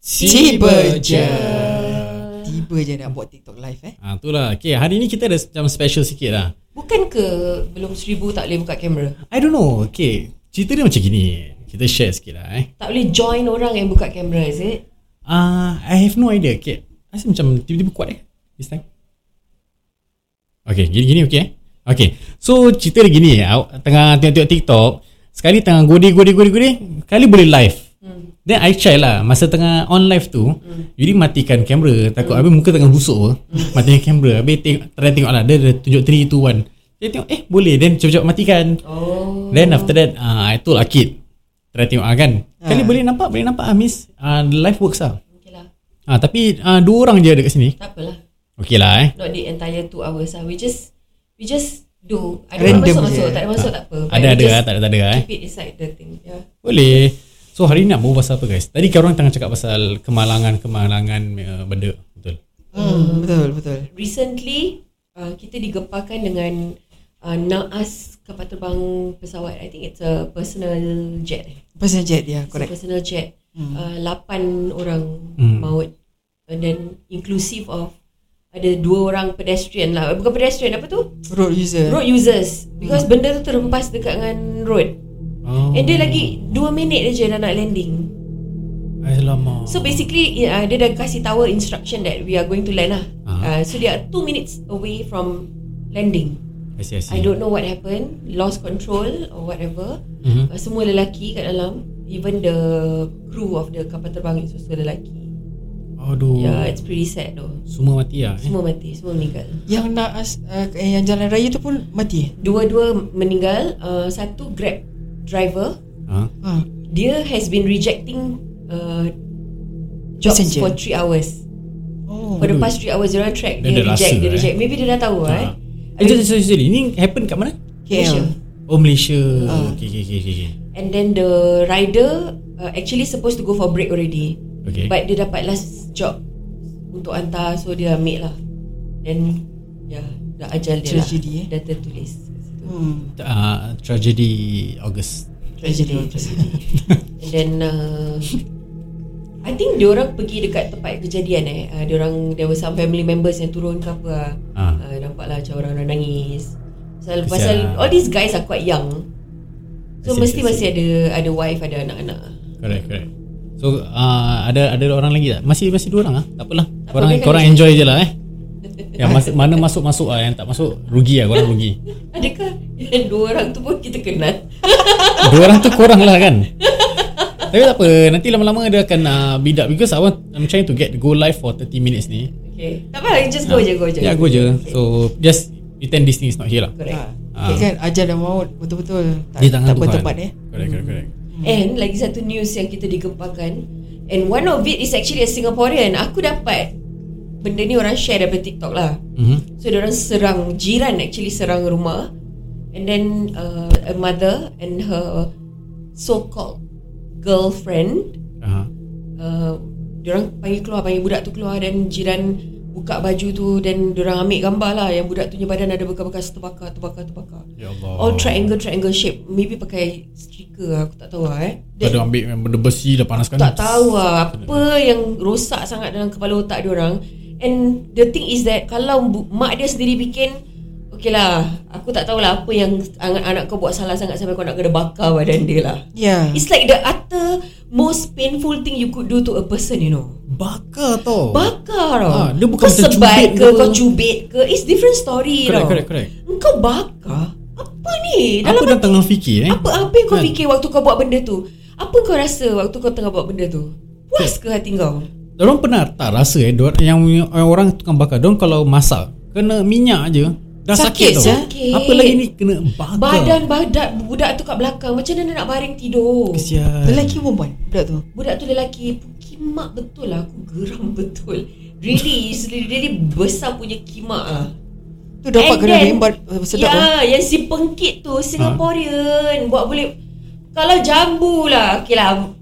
Tiba je. Tiba je nak buat TikTok live eh. Ha, itulah. Okay, hari ni kita ada macam special sikit lah. Bukan ke belum seribu tak boleh buka kamera? I don't know. Okay, cerita dia macam gini. Kita share sikit lah eh. Tak boleh join orang yang buka kamera is it? Ah, uh, I have no idea. Okay, rasa macam tiba-tiba kuat eh this time. Okay, gini-gini okay eh. Okay, so cerita dia gini. eh. Awak Tengah tengok-tengok TikTok. Sekali tengah godeh-godeh-godeh-godeh. Kali boleh live. Hmm. Then I try lah Masa tengah on live tu hmm. Yuri matikan kamera Takut habis muka tengah busuk hmm. Matikan kamera Habis tengok, try tengok lah Dia, dia tunjuk 3, 2, 1 Dia tengok eh boleh Then cepat-cepat matikan Oh. Then after that uh, I told Akid Try tengok lah kan Kali Ah. boleh nampak Boleh nampak ah miss uh, Life works lah Okay lah. Ah, tapi ah, dua orang je ada kat sini. Tak apalah. Okey lah eh. Not the entire two hours lah. We just we just do. Ada Random orang masuk-masuk. je. Tak ada masuk tak apa. But Ada we ada just lah, tak ada tak ada lah, eh. Keep it inside the thing. ya. Yeah. Boleh. So hari ni nak berbual pasal apa guys? Tadi orang tengah cakap pasal kemalangan-kemalangan uh, benda. Betul. Hmm, betul betul. Recently, uh, kita digemparkan dengan uh, naas kapal terbang pesawat. I think it's a personal jet. eh. Pasal jet It's dia, a correct. personal jet. Hmm. Uh, lapan orang Hmm. maut. And then inclusive of ada dua orang pedestrian lah. Bukan pedestrian, apa tu? Road user. Road users. Because benda tu terhempas dekat dengan road. Oh. And Eh, dia lagi 2 minit je dah nak landing. Alamak. So basically uh, dia dah kasih tahu instruction that we are going to land lah. Ah. Uh, so they are 2 minutes away from landing. I see, I see. I don't know what happened, lost control or whatever. Mhm. Uh, semua lelaki kat dalam, even the crew of the kapal terbang is also lelaki. Aduh. Yeah, Ya, it's pretty sad though. Semua mati lah eh. Semua mati, semua meninggal. Yang nak as, uh, eh, yang jalan raya tu pun mati. Dua-dua meninggal, uh, satu Grab driver Ha? Ha. dia has been rejecting uh, jobs Passenger. for three hours. Oh. For the past three hours, dia orang track Dia dia, dah reject, rasa, dia eh. reject. Maybe dia dah tahu, Ha. right? Eh, sorry, sorry, sorry. Ini happen kat mana? Malaysia. KL. Oh, Malaysia. Ah. Okay, okay, okay, okay. okay. And then the rider uh, actually supposed to go for break already, Okay. but dia dapat last job untuk hantar, so dia ambil lah. Then, ya, yeah, dah ajal dia Tragedi, eh. lah. Dah tertulis. kat situ. Hmm. Uh, tragedy August. Tragedi. And then uh, I think diorang pergi dekat tempat kejadian eh uh, Diorang There were some family members yang turun ke apa lah Ah. uh. Uh, Nampak lah macam orang-orang nangis Kesian. lah. Pasal, pasal all these guys are quite young I So see, I mesti see. masih ada ada wife, ada anak-anak Correct, correct. So, uh, ada ada orang lagi tak? Masih masih dua orang ah. Tak apalah. apa, Korang biarkan korang dia. enjoy je lah eh. Yang masuk mana masuk masuk ah, yang tak masuk rugi ah, korang rugi. Adakah yang dua orang tu pun kita kenal Dua orang tu korang lah kan. Tapi tak apa, nanti lama-lama dia akan uh, build up because I want I'm trying to get go live for 30 minutes ni. Okay Tak apa, just go je, go je Ya, go je. So, just pretend this thing is not here lah. Correct Ha. Okay, kan ajal dan maut betul-betul tak, Di tangan tak Tuhan. bertempat eh. Correct, correct, correct. And lagi satu news yang kita digemparkan And one of it is actually a Singaporean Aku dapat Benda ni orang share daripada TikTok lah Mhm. So diorang serang Jiran actually serang rumah And then uh, A mother and her So-called Girlfriend Aha. uh, Diorang panggil keluar Panggil budak tu keluar Dan jiran Buka baju tu Dan diorang ambil gambar lah Yang budak tu punya badan Ada bekas-bekas terbakar Terbakar Terbakar Ya Allah. All triangle-triangle shape Maybe pakai Stiker lah Aku tak tahu lah eh Kau dah ambil yang benda besi dah panaskan. tak tahu lah apa yang rosak sangat dalam kepala otak dia orang. And the thing is that kalau bu- mak dia sendiri bikin Okay lah, aku tak tahulah apa yang anak, anak kau buat salah sangat sampai kau nak kena bakar badan dia lah. Ya. It's like the utter most painful thing you could do to a person, you know. Bakar tau. Bakar tau. Ah, dia bukan kau macam cubit sebat ke, ke. kau cubit ke. It's different story Correct, tau. correct, correct. Kau bakar? Apa ni? Aku dah Eh, hati- tengah fikir eh. apa apa yang kau Kan? fikir waktu kau buat benda tu? Apa kau rasa waktu kau tengah buat benda tu? Kan? Puas ke hati kau? Diorang pernah tak rasa eh diorang, Yang yang orang tukang bakar Diorang kalau masak Kena minyak je Dah sakit, Sakit, tau sakit. Apa lagi ni Kena bakar Badan badat budak tu kat belakang Macam mana dia nak baring tidur? Kesian Ya. Lelaki perempuan budak tu. Budak tu lelaki Kimak betul lah Aku geram betul Really it's Really besar punya kimak ah. Tu dapat And kena then- rembat eh, Ha. sedap Ya yeah. Yang si pengkit tu Singaporean Buat boleh Kalau jambu lah Okay lah Kalau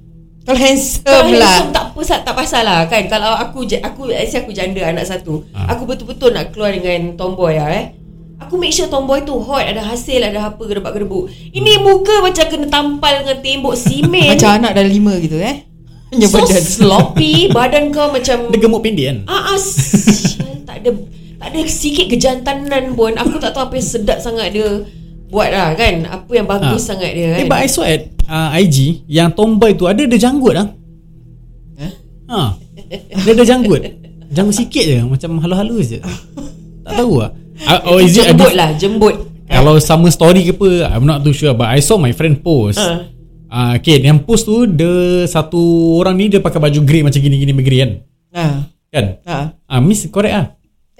Kalau handsome lah. handsome tak apa sa- tak pasal lah kan. Kalau aku je- aku actually aku janda anak satu. Ah. Ha. Aku betul-betul nak keluar dengan tomboy lah eh. Aku make sure tomboy tu hot ada hasil ada apa gerbak gerbu. Ini muka macam kena tampal dengan tembok simen. Macam anak dah lima gitu eh. Hanya so badan. sloppy badan kau macam Dia gemuk pendek kan Ah, ah sial, tak ada tak ada sikit kejantanan pun. Aku tak tahu apa yang sedap sangat dia buat lah kan. Apa yang Ah. bagus sangat dia Eh kan. but I saw at uh, IG Yang tomboy tu ada dia janggut lah Eh? ha. Dia ada janggut Janggut sikit je Macam halus-halus je Tak tahu lah Ah, Or is it a diff- jembut lah, jembut. Kalau sama story ke apa I'm not too sure But I saw my friend post Ah. uh. Uh, Okay yang post tu Dia satu orang ni Dia pakai baju grey Macam gini-gini bergrey kan Ha. Kan Ha. Ah, Miss correct ah.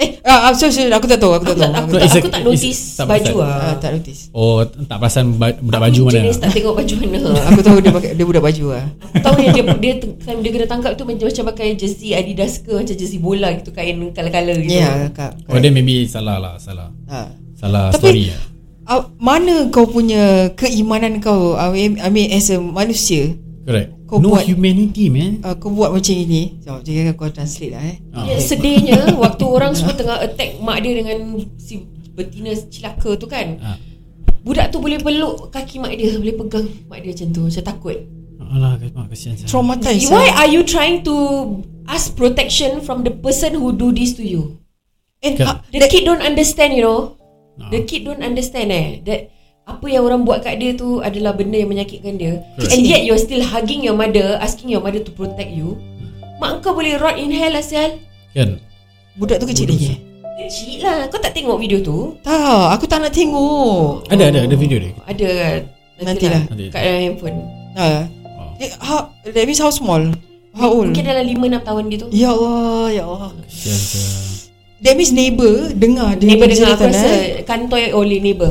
Eh, ah, ah, sorry, sorry, aku tak tahu, aku Aku tak tahu. tak, aku, No, tak, it's a- aku tak it's- notice tak baju pasal. lah. Ah, tak notice. Oh tak perasan ba- budak baju Aku mana jenis tak tengok baju mana. Aku tahu dia pakai dia budak baju ah. Aku tahu yang dia dia te- time dia kena tangkap tu macam macam pakai jersey Adidas ke macam jersey bola gitu kain kala-kala gitu. Ya, kak. Oh dia maybe salah lah Salah Ha. Salah story Tapi lah. uh, mana kau punya keimanan kau I mean, I mean as a manusia Correct Kau No buat- humanity man uh, kau buat macam ini. Jom, jangan kau translate lah eh. Ah. Ya, sedihnya waktu orang semua tengah attack mak dia dengan si betina celaka tu kan. Ah. Budak tu boleh peluk kaki mak dia Boleh pegang mak dia macam tu Macam takut Alah mak kesian saya. Traumatized. Why ah. are you trying to Ask protection from the person who do this to you And Kan. uh, The kid don't understand you know Ah. The kid don't understand eh That Apa yang orang buat kat dia tu Adalah benda yang menyakitkan dia Correct. And yet you're still hugging your mother Asking your mother to protect you Mak kau boleh rot in hell asal Kan budak tu kecil Bodoh lagi. eh? Kecil lah Kau tak tengok video tu Tak, aku tak nak tengok. Ada ada ada video dia Ada kan Nantilah. Kat dalam handphone Ha. oh. Eh, how, that means how small? How old? Mungkin dalam 5-6 tahun gitu Ya Allah, ya Allah. Kesian saya. That means neighbor dengar dia Neighbor dengar aku cerita, rasa eh. Kantoi oleh neighbor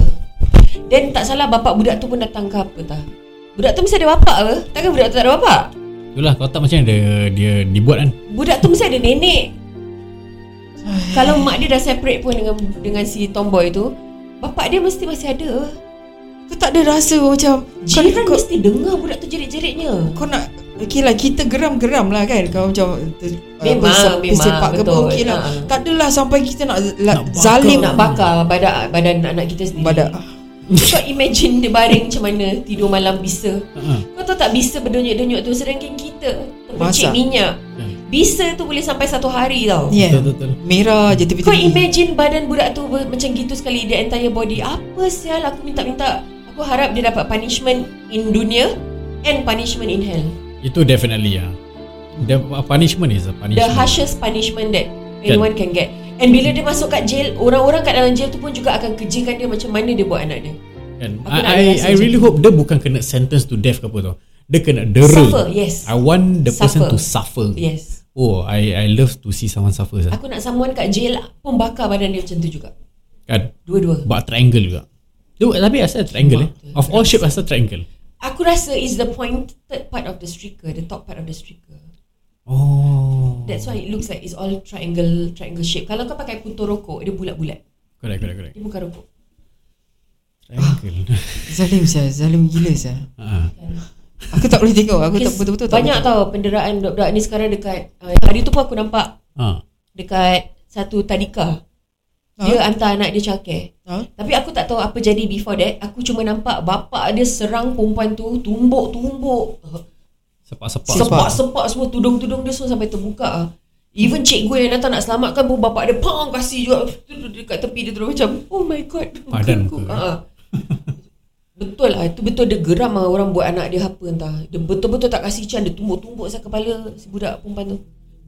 Then tak salah bapak budak tu pun datang ke apa tak Budak tu mesti ada bapak ke? Takkan budak tu tak ada bapak? Itulah kau tak macam dia, dia dibuat kan Budak tu mesti ada nenek Kalau mak dia dah separate pun dengan dengan si tomboy tu Bapak dia mesti masih ada Kau tak ada rasa macam kau, Jiran kau, mesti dengar budak tu jerit-jeritnya kau nak Okay lah kita geram-geram lah kan Kau macam ter, Memang, memang, Bersepak ke apa betul. okay lah Ha. Tak adalah sampai kita nak, nak bakar. Zalim Nak bakar badan, badan anak kita sendiri Badak Kau imagine dia baring macam mana Tidur malam bisa uh-huh. Kau tahu tak bisa berdenyut-denyut tu Sedangkan kita Terpecik Masak. minyak Bisa tu boleh sampai satu hari tau Yeah Betul betul Ya. Merah je Kau tiba-tiba imagine badan budak tu ber- macam gitu sekali The entire body Apa sial aku minta-minta Aku harap dia dapat punishment in dunia And punishment in hell Itu definitely lah The punishment is a The punishment harshest punishment that anyone can get And bila dia masuk kat jail Orang-orang kat dalam jail tu pun juga akan kejakan dia Macam mana dia buat anak dia kan? Aku I, nak I, rasa I macam really tu. hope Dia bukan kena sentence to death ke apa tau Dia kena dera Suffer, yes. I want the person to Suffer. suffer Yes Oh I I love to see someone suffer sah. Aku nak someone kat jail pun bakar badan dia macam tu juga Kan Dua-dua Buat triangle juga Dia buat- Tapi asal triangle eh Of all shape asal triangle Aku rasa is the pointed part of the streaker The top part of the streaker Oh That's why it looks like it's all triangle triangle shape. Kalau kau pakai puntung rokok, dia bulat-bulat. Correct correct correct Dia bukan rokok. Triangle Zalim saya Zalim gila saya Ah. Aku tak boleh tengok Aku tak Kes- betul-betul tak banyak boleh tau penderaan budak-budak ni sekarang dekat uh, hari tu pun aku nampak Ah. dekat satu tadika. Ha? Dia hantar anak dia childcare. tengok. Ha? Tapi aku tak tahu apa jadi before that. Aku cuma nampak bapak dia serang perempuan tu tumbuk-tumbuk. Sepak-sepak Sepak-sepak semua tudung-tudung dia semua sampai terbuka. ah. Even cikgu yang datang nak selamatkan pun bapak dia pang kasih juga dekat tepi dia terus macam oh my god. Padan Aku- muka. Ah. Betul lah Itu betul dia geram lah Orang buat anak dia apa entah Dia betul-betul tak kasih can Dia tumbuk-tumbuk saya kepala Si budak perempuan tu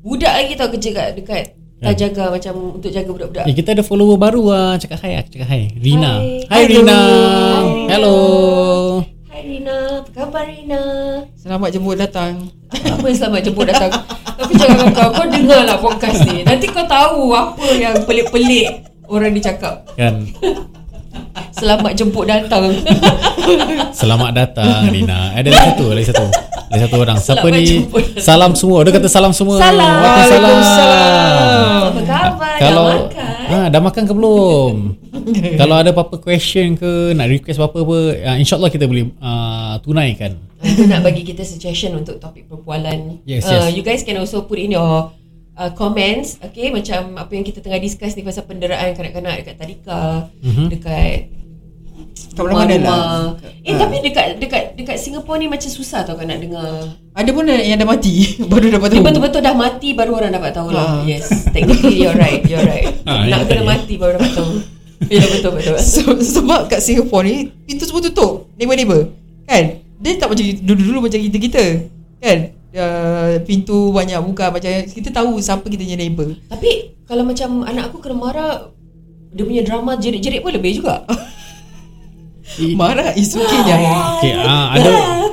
Budak lagi tau kerja kat Dekat Tak jaga macam Untuk jaga budak-budak Eh, kita ada follower baru ah. Cakap hai, ah. cakap hai. Rina. Hai. Hai, Hello. Rina. Hai. Hello. Hai Rina Apa khabar Rina Selamat jemput datang Apa yang selamat jemput datang Tapi jangan kau Kau dengar lah podcast ni Nanti kau tahu Apa yang pelik-pelik Orang ni cakap Ah, Kan. Selamat jemput datang Selamat datang Rina. Eh, Ada lagi satu, lagi satu. Ada satu orang. Siapa Selamat ni? jemput. Salam semua. Dia kata salam semua. Salam. Waalaikumsalam. Apa khabar Kalau Dah makan ah, dah makan ke belum? Kalau ada apa-apa question ke, nak request apa-apa apa, ah, insyaallah kita boleh ah, tunaikan. Dia nak bagi kita suggestion untuk topik perbualan. Yes, uh, yes. You guys can also put in your uh, comments, okay? Mhm. Macam apa yang kita tengah discuss ni pasal penderaan kanak-kanak dekat tadika, mm-hmm. dekat Kat mana mana lah Eh tapi dekat dekat dekat Singapore ni macam susah tau kau nak dengar. Ada pun yang dah mati Baru dapat Dia tahu betul-betul dah mati baru orang dapat tahu lah. Ah. Yes, technically you're right, you're right. Ah, nak ya, kena ya. mati baru dapat tahu. Ya betul betul. so, Sebab kat Singapore ni Pintu semua tutup Neighbor-neighbor Kan Dia tak macam dulu-dulu macam kita-kita Kan uh, Pintu banyak buka Macam kita tahu siapa kita punya neighbor Tapi kalau macam anak aku kena marah dia punya drama jerit-jerit pun lebih juga. Marah is okay Jahil Okay, ah, ada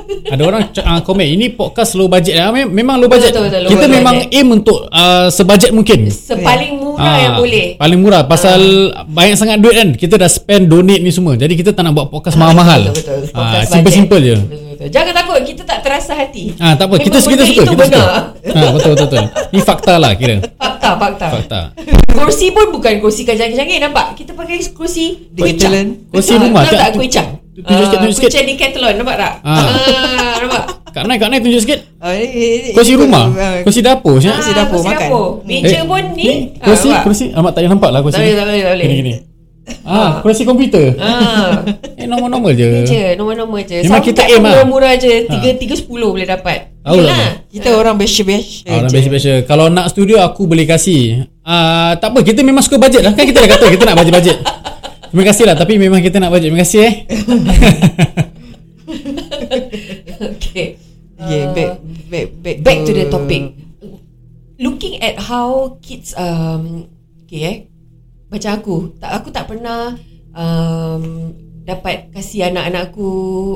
ada orang c- ah, komen ini podcast low budget ah, mem- memang low budget. Betul, betul, betul, low Kita budget. memang aim untuk ah, sebudget mungkin. Sepaling murah yang Ah, boleh. Ah. Paling murah pasal banyak sangat duit kan. Kita dah spend donate ni semua. Jadi kita tak nak buat podcast mahal-mahal. Betul betul. Ah, Podcast simple-simple budget. je. Betul, betul, betul. Jangan takut kita tak terasa hati. Ah, tak apa. Memang Kita kita Eh, benda suka, Itu kita suka. benar. Ah, betul betul betul. Ni fakta lah kira. Fakta, fakta. Fakta. Kursi pun bukan kursi kajang-kajang nampak. Kita pakai kursi Decathlon. Kursi Ah, Oh, rumah, tak? Kenal tak kuicang? Tu- tunjuk sikit, tunjuk sikit. Kuicang di Catalan nampak tak? Ah. Ah, nampak. Kak Nai, Kak Nai tunjuk sikit. Ah, eh, eh, eh, Kursi ikut, rumah. ah, Kursi dapur. Eh, Ah, Syah. Kursi dapur, makan. Meja pun ni. ah, Kursi, nampak? kursi. Amat tak payah nampak lah kursi. Tak boleh, tak boleh, tak boleh. Gini, gini. Ah, kursi komputer. Ah. Eh, normal-normal je. Ni je, nombor-nombor je. Memang kita aim lah. Murah-murah je, 3 tiga sepuluh boleh dapat. Tahu lah. Kita orang Eh, biasa-biasa Ah, Orang je. biasa-biasa Kalau nak studio Aku boleh kasih Ah, Tak apa Kita memang suka bajet lah Kan kita dah kata Kita nak bajet-bajet Terima kasih lah Tapi memang kita nak bajet Terima kasih eh Okay. Ah, Yeah, back back back, Back to the topic. Looking at how kids um okay eh. Macam aku, tak aku tak pernah um, dapat kasih anak-anak aku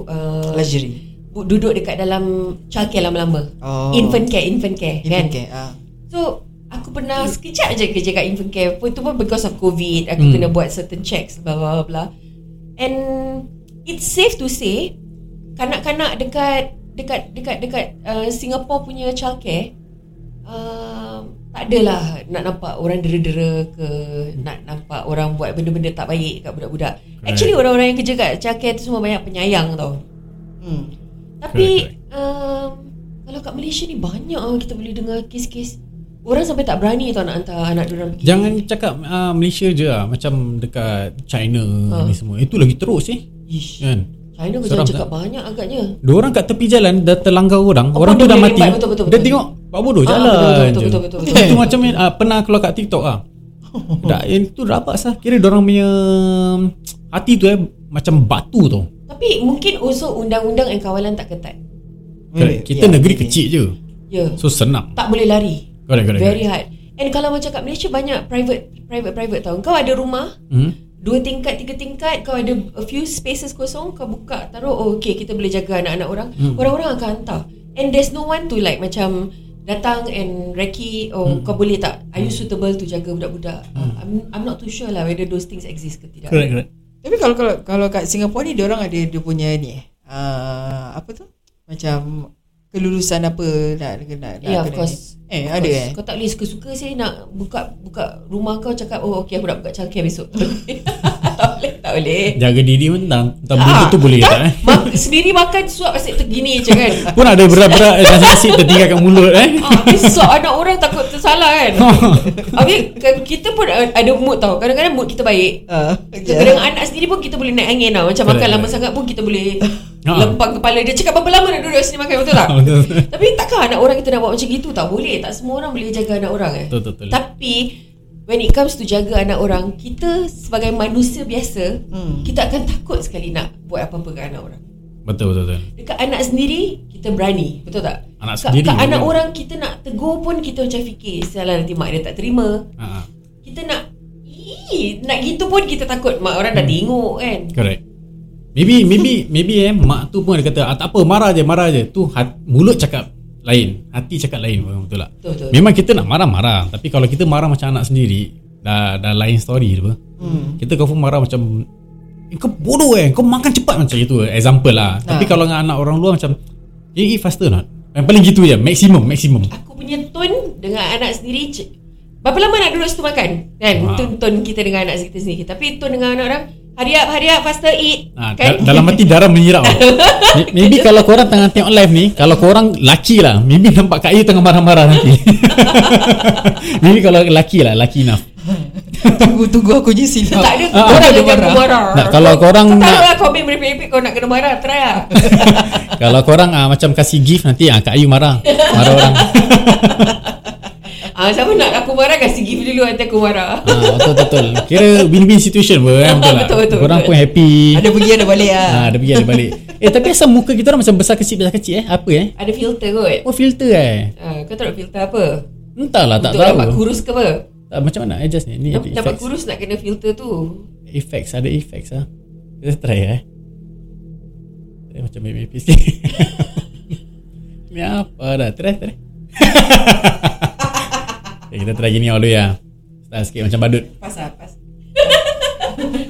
uh, Luxury. bu- duduk dekat dalam childcare lama-lama. Oh. Infant care, infant care kan. Infant care. Ah. So aku pernah sekejap je kerja kat infant care pun tu pun because of covid aku Hmm. kena buat certain checks bla bla bla, bla. And it's safe to say kanak-kanak dekat dekat dekat dekat uh, Singapore punya childcare uh, tak adalah nak nampak orang dera-dera ke nak nampak orang buat benda-benda tak baik kat budak-budak. Actually orang-orang yang kerja kat childcare tu semua banyak penyayang tau. Hmm. Tapi um, kalau kat Malaysia ni banyak ah kita boleh dengar kes-kes orang sampai tak berani tau nak hantar anak dia pergi. Jangan cakap ah, Malaysia je lah Macam dekat China Ah. Ni semua Itu lagi teruk sih Ish. Kan China kau Seram jangan tak? cakap banyak agaknya. Dua orang kat tepi jalan Dah terlanggar orang Oh, Orang tu dah bodoh dia mati lembat, betul, betul, Dia betul. tengok Pak bodoh Ah, jalan betul, betul, betul, je. betul, betul, betul, Itu- betul. Itu macam ah, Pernah keluar kat TikTok ah. Dah, itu rabak sah Kira orang punya Hati tu eh Macam batu tau Tapi mungkin also undang-undang and kawalan tak ketat. Correct. Kita Yeah, negeri maybe. kecil je Ya. Yeah. So senang Tak boleh lari. Correct correct Very hard. And kalau macam kat Malaysia banyak private private private tau. Kau ada rumah Hmm? dua tingkat tiga tingkat kau ada a few spaces kosong kau buka taruh oh, okay kita boleh jaga anak-anak orang Hmm. orang-orang akan hantar and there's no one to like macam datang and recce Hmm. oh kau boleh tak are you suitable to jaga budak-budak Uh, I'm, I'm not too sure lah whether those things exist ke tidak Correct correct Tapi kalau kalau kalau kat Singapore ni dia orang ada dia punya ni eh. Uh, apa tu? Macam kelulusan apa nak nak nak Yeah, nak Ya, of kena course. ni. Eh, Of ada course. eh. Kau tak boleh suka-suka saya nak buka buka rumah kau cakap oh okay aku nak buka childcare besok. tak boleh, tak boleh. Jaga diri pun tak, tak Ah, begitu tu boleh tak eh Ma- sendiri makan suap asyik tergini je kan. Pun ada berat-berat eh, Nasi tertinggal kat mulut eh Ah, Habis suap anak orang takut tersalah kan Habis ke- kan kita pun a- ada mood tau Kadang-kadang mood kita baik Uh, Kadang-kadang anak sendiri pun kita boleh naik angin tau Macam Correct, makan lama correct. sangat pun kita boleh Ha. Lempang kepala dia Cakap berapa lama nak duduk sini makan betul tak? Betul. Tapi takkan anak orang kita nak buat macam gitu Tak boleh Tak semua orang boleh jaga anak orang eh Betul, betul, betul. Tapi When it comes to jaga anak orang Kita sebagai manusia biasa Hmm. Kita akan takut sekali nak buat apa-apa ke anak orang Betul betul betul Dekat anak sendiri Kita berani Betul tak? Anak Kat- sendiri Kat anak boleh. orang Kita nak tegur pun Kita macam fikir Salah nanti mak dia tak terima ha, ha. Kita nak Ii, Nak gitu pun kita takut Mak orang dah tengok kan Correct Maybe maybe maybe eh Mak tu pun dia kata ah, Tak apa marah je marah je Tu hat, mulut cakap lain Hati cakap lain Faham Betul tak Betul betul Memang kita nak marah-marah Tapi kalau kita marah macam anak sendiri Dah, dah lain story apa hmm. Kita kau pun marah macam eh, Kau bodoh eh Kau makan cepat macam itu Example lah Ah. Tapi kalau dengan anak orang luar macam Eh eat faster not Yang paling gitu je Maximum Maximum Aku punya tone Dengan anak sendiri c- Berapa lama nak duduk situ makan Kan Ha. Itu tone kita dengan anak kita sendiri Tapi tone dengan anak orang Hurry up, hurry up, faster eat kan? Ha, da- dalam hati darah menyirap May- Maybe kalau korang tengah tengok live ni Kalau korang laki lah Maybe nampak Kak Yu tengah marah-marah nanti Maybe kalau laki lah Laki enough Tunggu tunggu aku je Kita silap tak ada Ah, Orang ada yang marah. marah. marah Nak, kalau Kau- korang Kau nak- tahu lah komen merepek-repek Kau nak kena marah Try lah Kalau korang ah macam kasih gift nanti ah Kak Ayu marah. Marah orang. ah, Siapa nak aku marah Kasih gift dulu Nanti aku marah ah betul betul. Kira win-win situation pun kan betul, Betul, tak? betul, Korang betul. pun happy. Ada pergi ada balik ah. Ah ada pergi ada balik. Eh tapi asal muka kita orang macam besar kecil besar kecil eh? Apa eh? Ada filter kot Oh filter eh. ah, Kau tahu nak filter apa Entahlah tak Untuk dapat tahu. kurus ke apa Tak, macam mana adjust ni? Ni ada effects. Dapat kurus nak kena filter tu Effects ada effects ah. Kita try eh. Try macam baby sikit. ni apa dah? Try try. okay, kita try gini dulu ya. Start sikit macam badut. Pas ah, pas.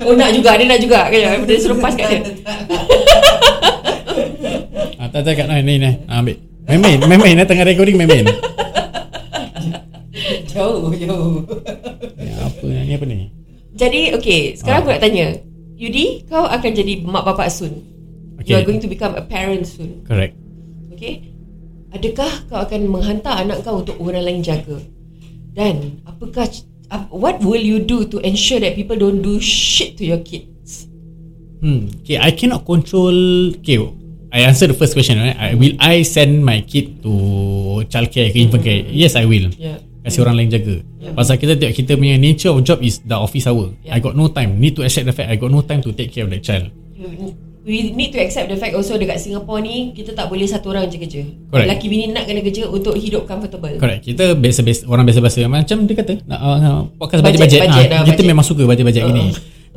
Oh nak juga Dia nak juga Kena Dia suruh pas kat dia Ah, tak tak kat Noy ni ni. Ah, ambil. Main-main, main-main eh, tengah recording main-main. Jauh jauh. Ni apa ni apa ni? Jadi okay Sekarang aku nak tanya Yudi Kau akan jadi mak bapak soon Okay. You are going to become a parent soon Correct. Okay Adakah kau akan menghantar anak kau untuk orang lain jaga? Dan apakah ap- what will you do to ensure that people don't do shit to your kids? Hmm. Okay, I cannot control. Okay, I answer the first question. Right? I, will I send my kid to childcare ke infant care? Yes, I will. Yeah. Kasih orang lain jaga. Yeah. Pasal kita tengok kita punya nature of job is the office hour. Yeah. Yeah. I got no time. Need to accept the fact I got no time to take care of that child. You- We need to accept the fact also dekat Singapore ni kita tak boleh satu orang je kerja. Correct. Laki bini nak kena kerja untuk hidup comfortable. Correct. Kita biasa-biasa orang biasa-biasa macam dia kata nak uh, uh, podcast Budget, bajet-bajet. budget, Ah, ah, kita budget. memang suka bajet-bajet Ah. gini.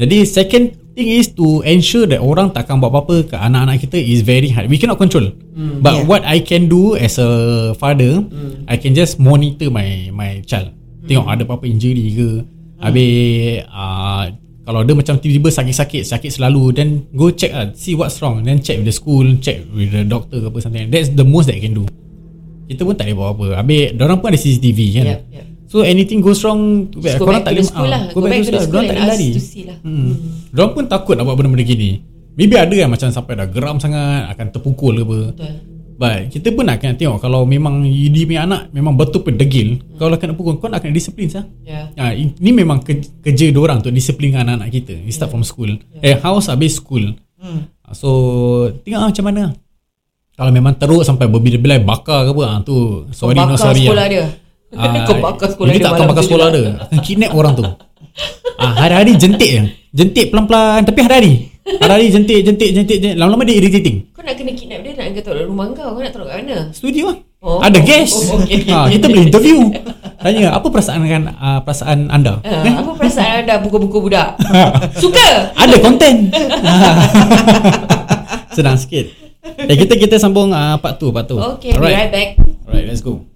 Jadi second thing is to ensure that orang takkan buat apa-apa ke anak-anak kita is very hard. We cannot control. Mm, Hmm. But yeah. yeah. what I can do as a father, mm. I can just monitor my my child. Hmm. Tengok ada apa-apa injury ke. Habis uh, kalau dia macam tiba-tiba sakit-sakit, sakit selalu then go check lah, see what's wrong. Then check with the school, check with the doctor ke apa something. That's the most that I can do. Kita pun tak boleh buat apa. Habis orang pun ada CCTV kan. Yep, yep. So anything goes wrong, too bad. Just go Korang back to boleh- the school ah, lah. Go back to the Korang school tak and boleh ask lari. to see lah. Hmm. Diorang pun takut nak buat benda-benda gini. Maybe ada yang macam sampai dah geram sangat, akan terpukul ke apa. Betul. But kita pun nak kena tengok kalau memang Yudi punya anak memang betul pun degil. Kalau kena pukul, kau nak kena disiplin sah. Yeah. Ha, ini memang ke- kerja orang untuk disiplin anak-anak kita. We Ya. start from school. Eh house habis school. Ah, Hmm. So tengok lah macam mana. Kalau memang teruk sampai berbilai-bilai bakar ke apa, ah, tu sorry no bakar sorry. sekolah lah. dia. Ah, Kau bakar sekolah Yudi dia. tak akan malam bakar tu lah. sekolah juga. dia. Akan kidnap orang tu. Ah, hari-hari jentik je. Jentik pelan-pelan tapi hari-hari. Hari-hari jentik, jentik, jentik, jentik. Lama-lama dia irritating. lah. Kau nak kena kidnap dia nak hantar kat rumah kau. Kau nak taruh kat mana? Studio lah. Oh. Oh. Ada guest. Oh, okay. ha, kita boleh interview. Tanya, apa perasaan kan uh, perasaan anda? Eh? Ah, apa perasaan anda buku-buku budak? Suka? Ada konten. Senang sikit. Eh, kita kita sambung uh, part 2, part 2. Okay, be right back. Alright, let's go.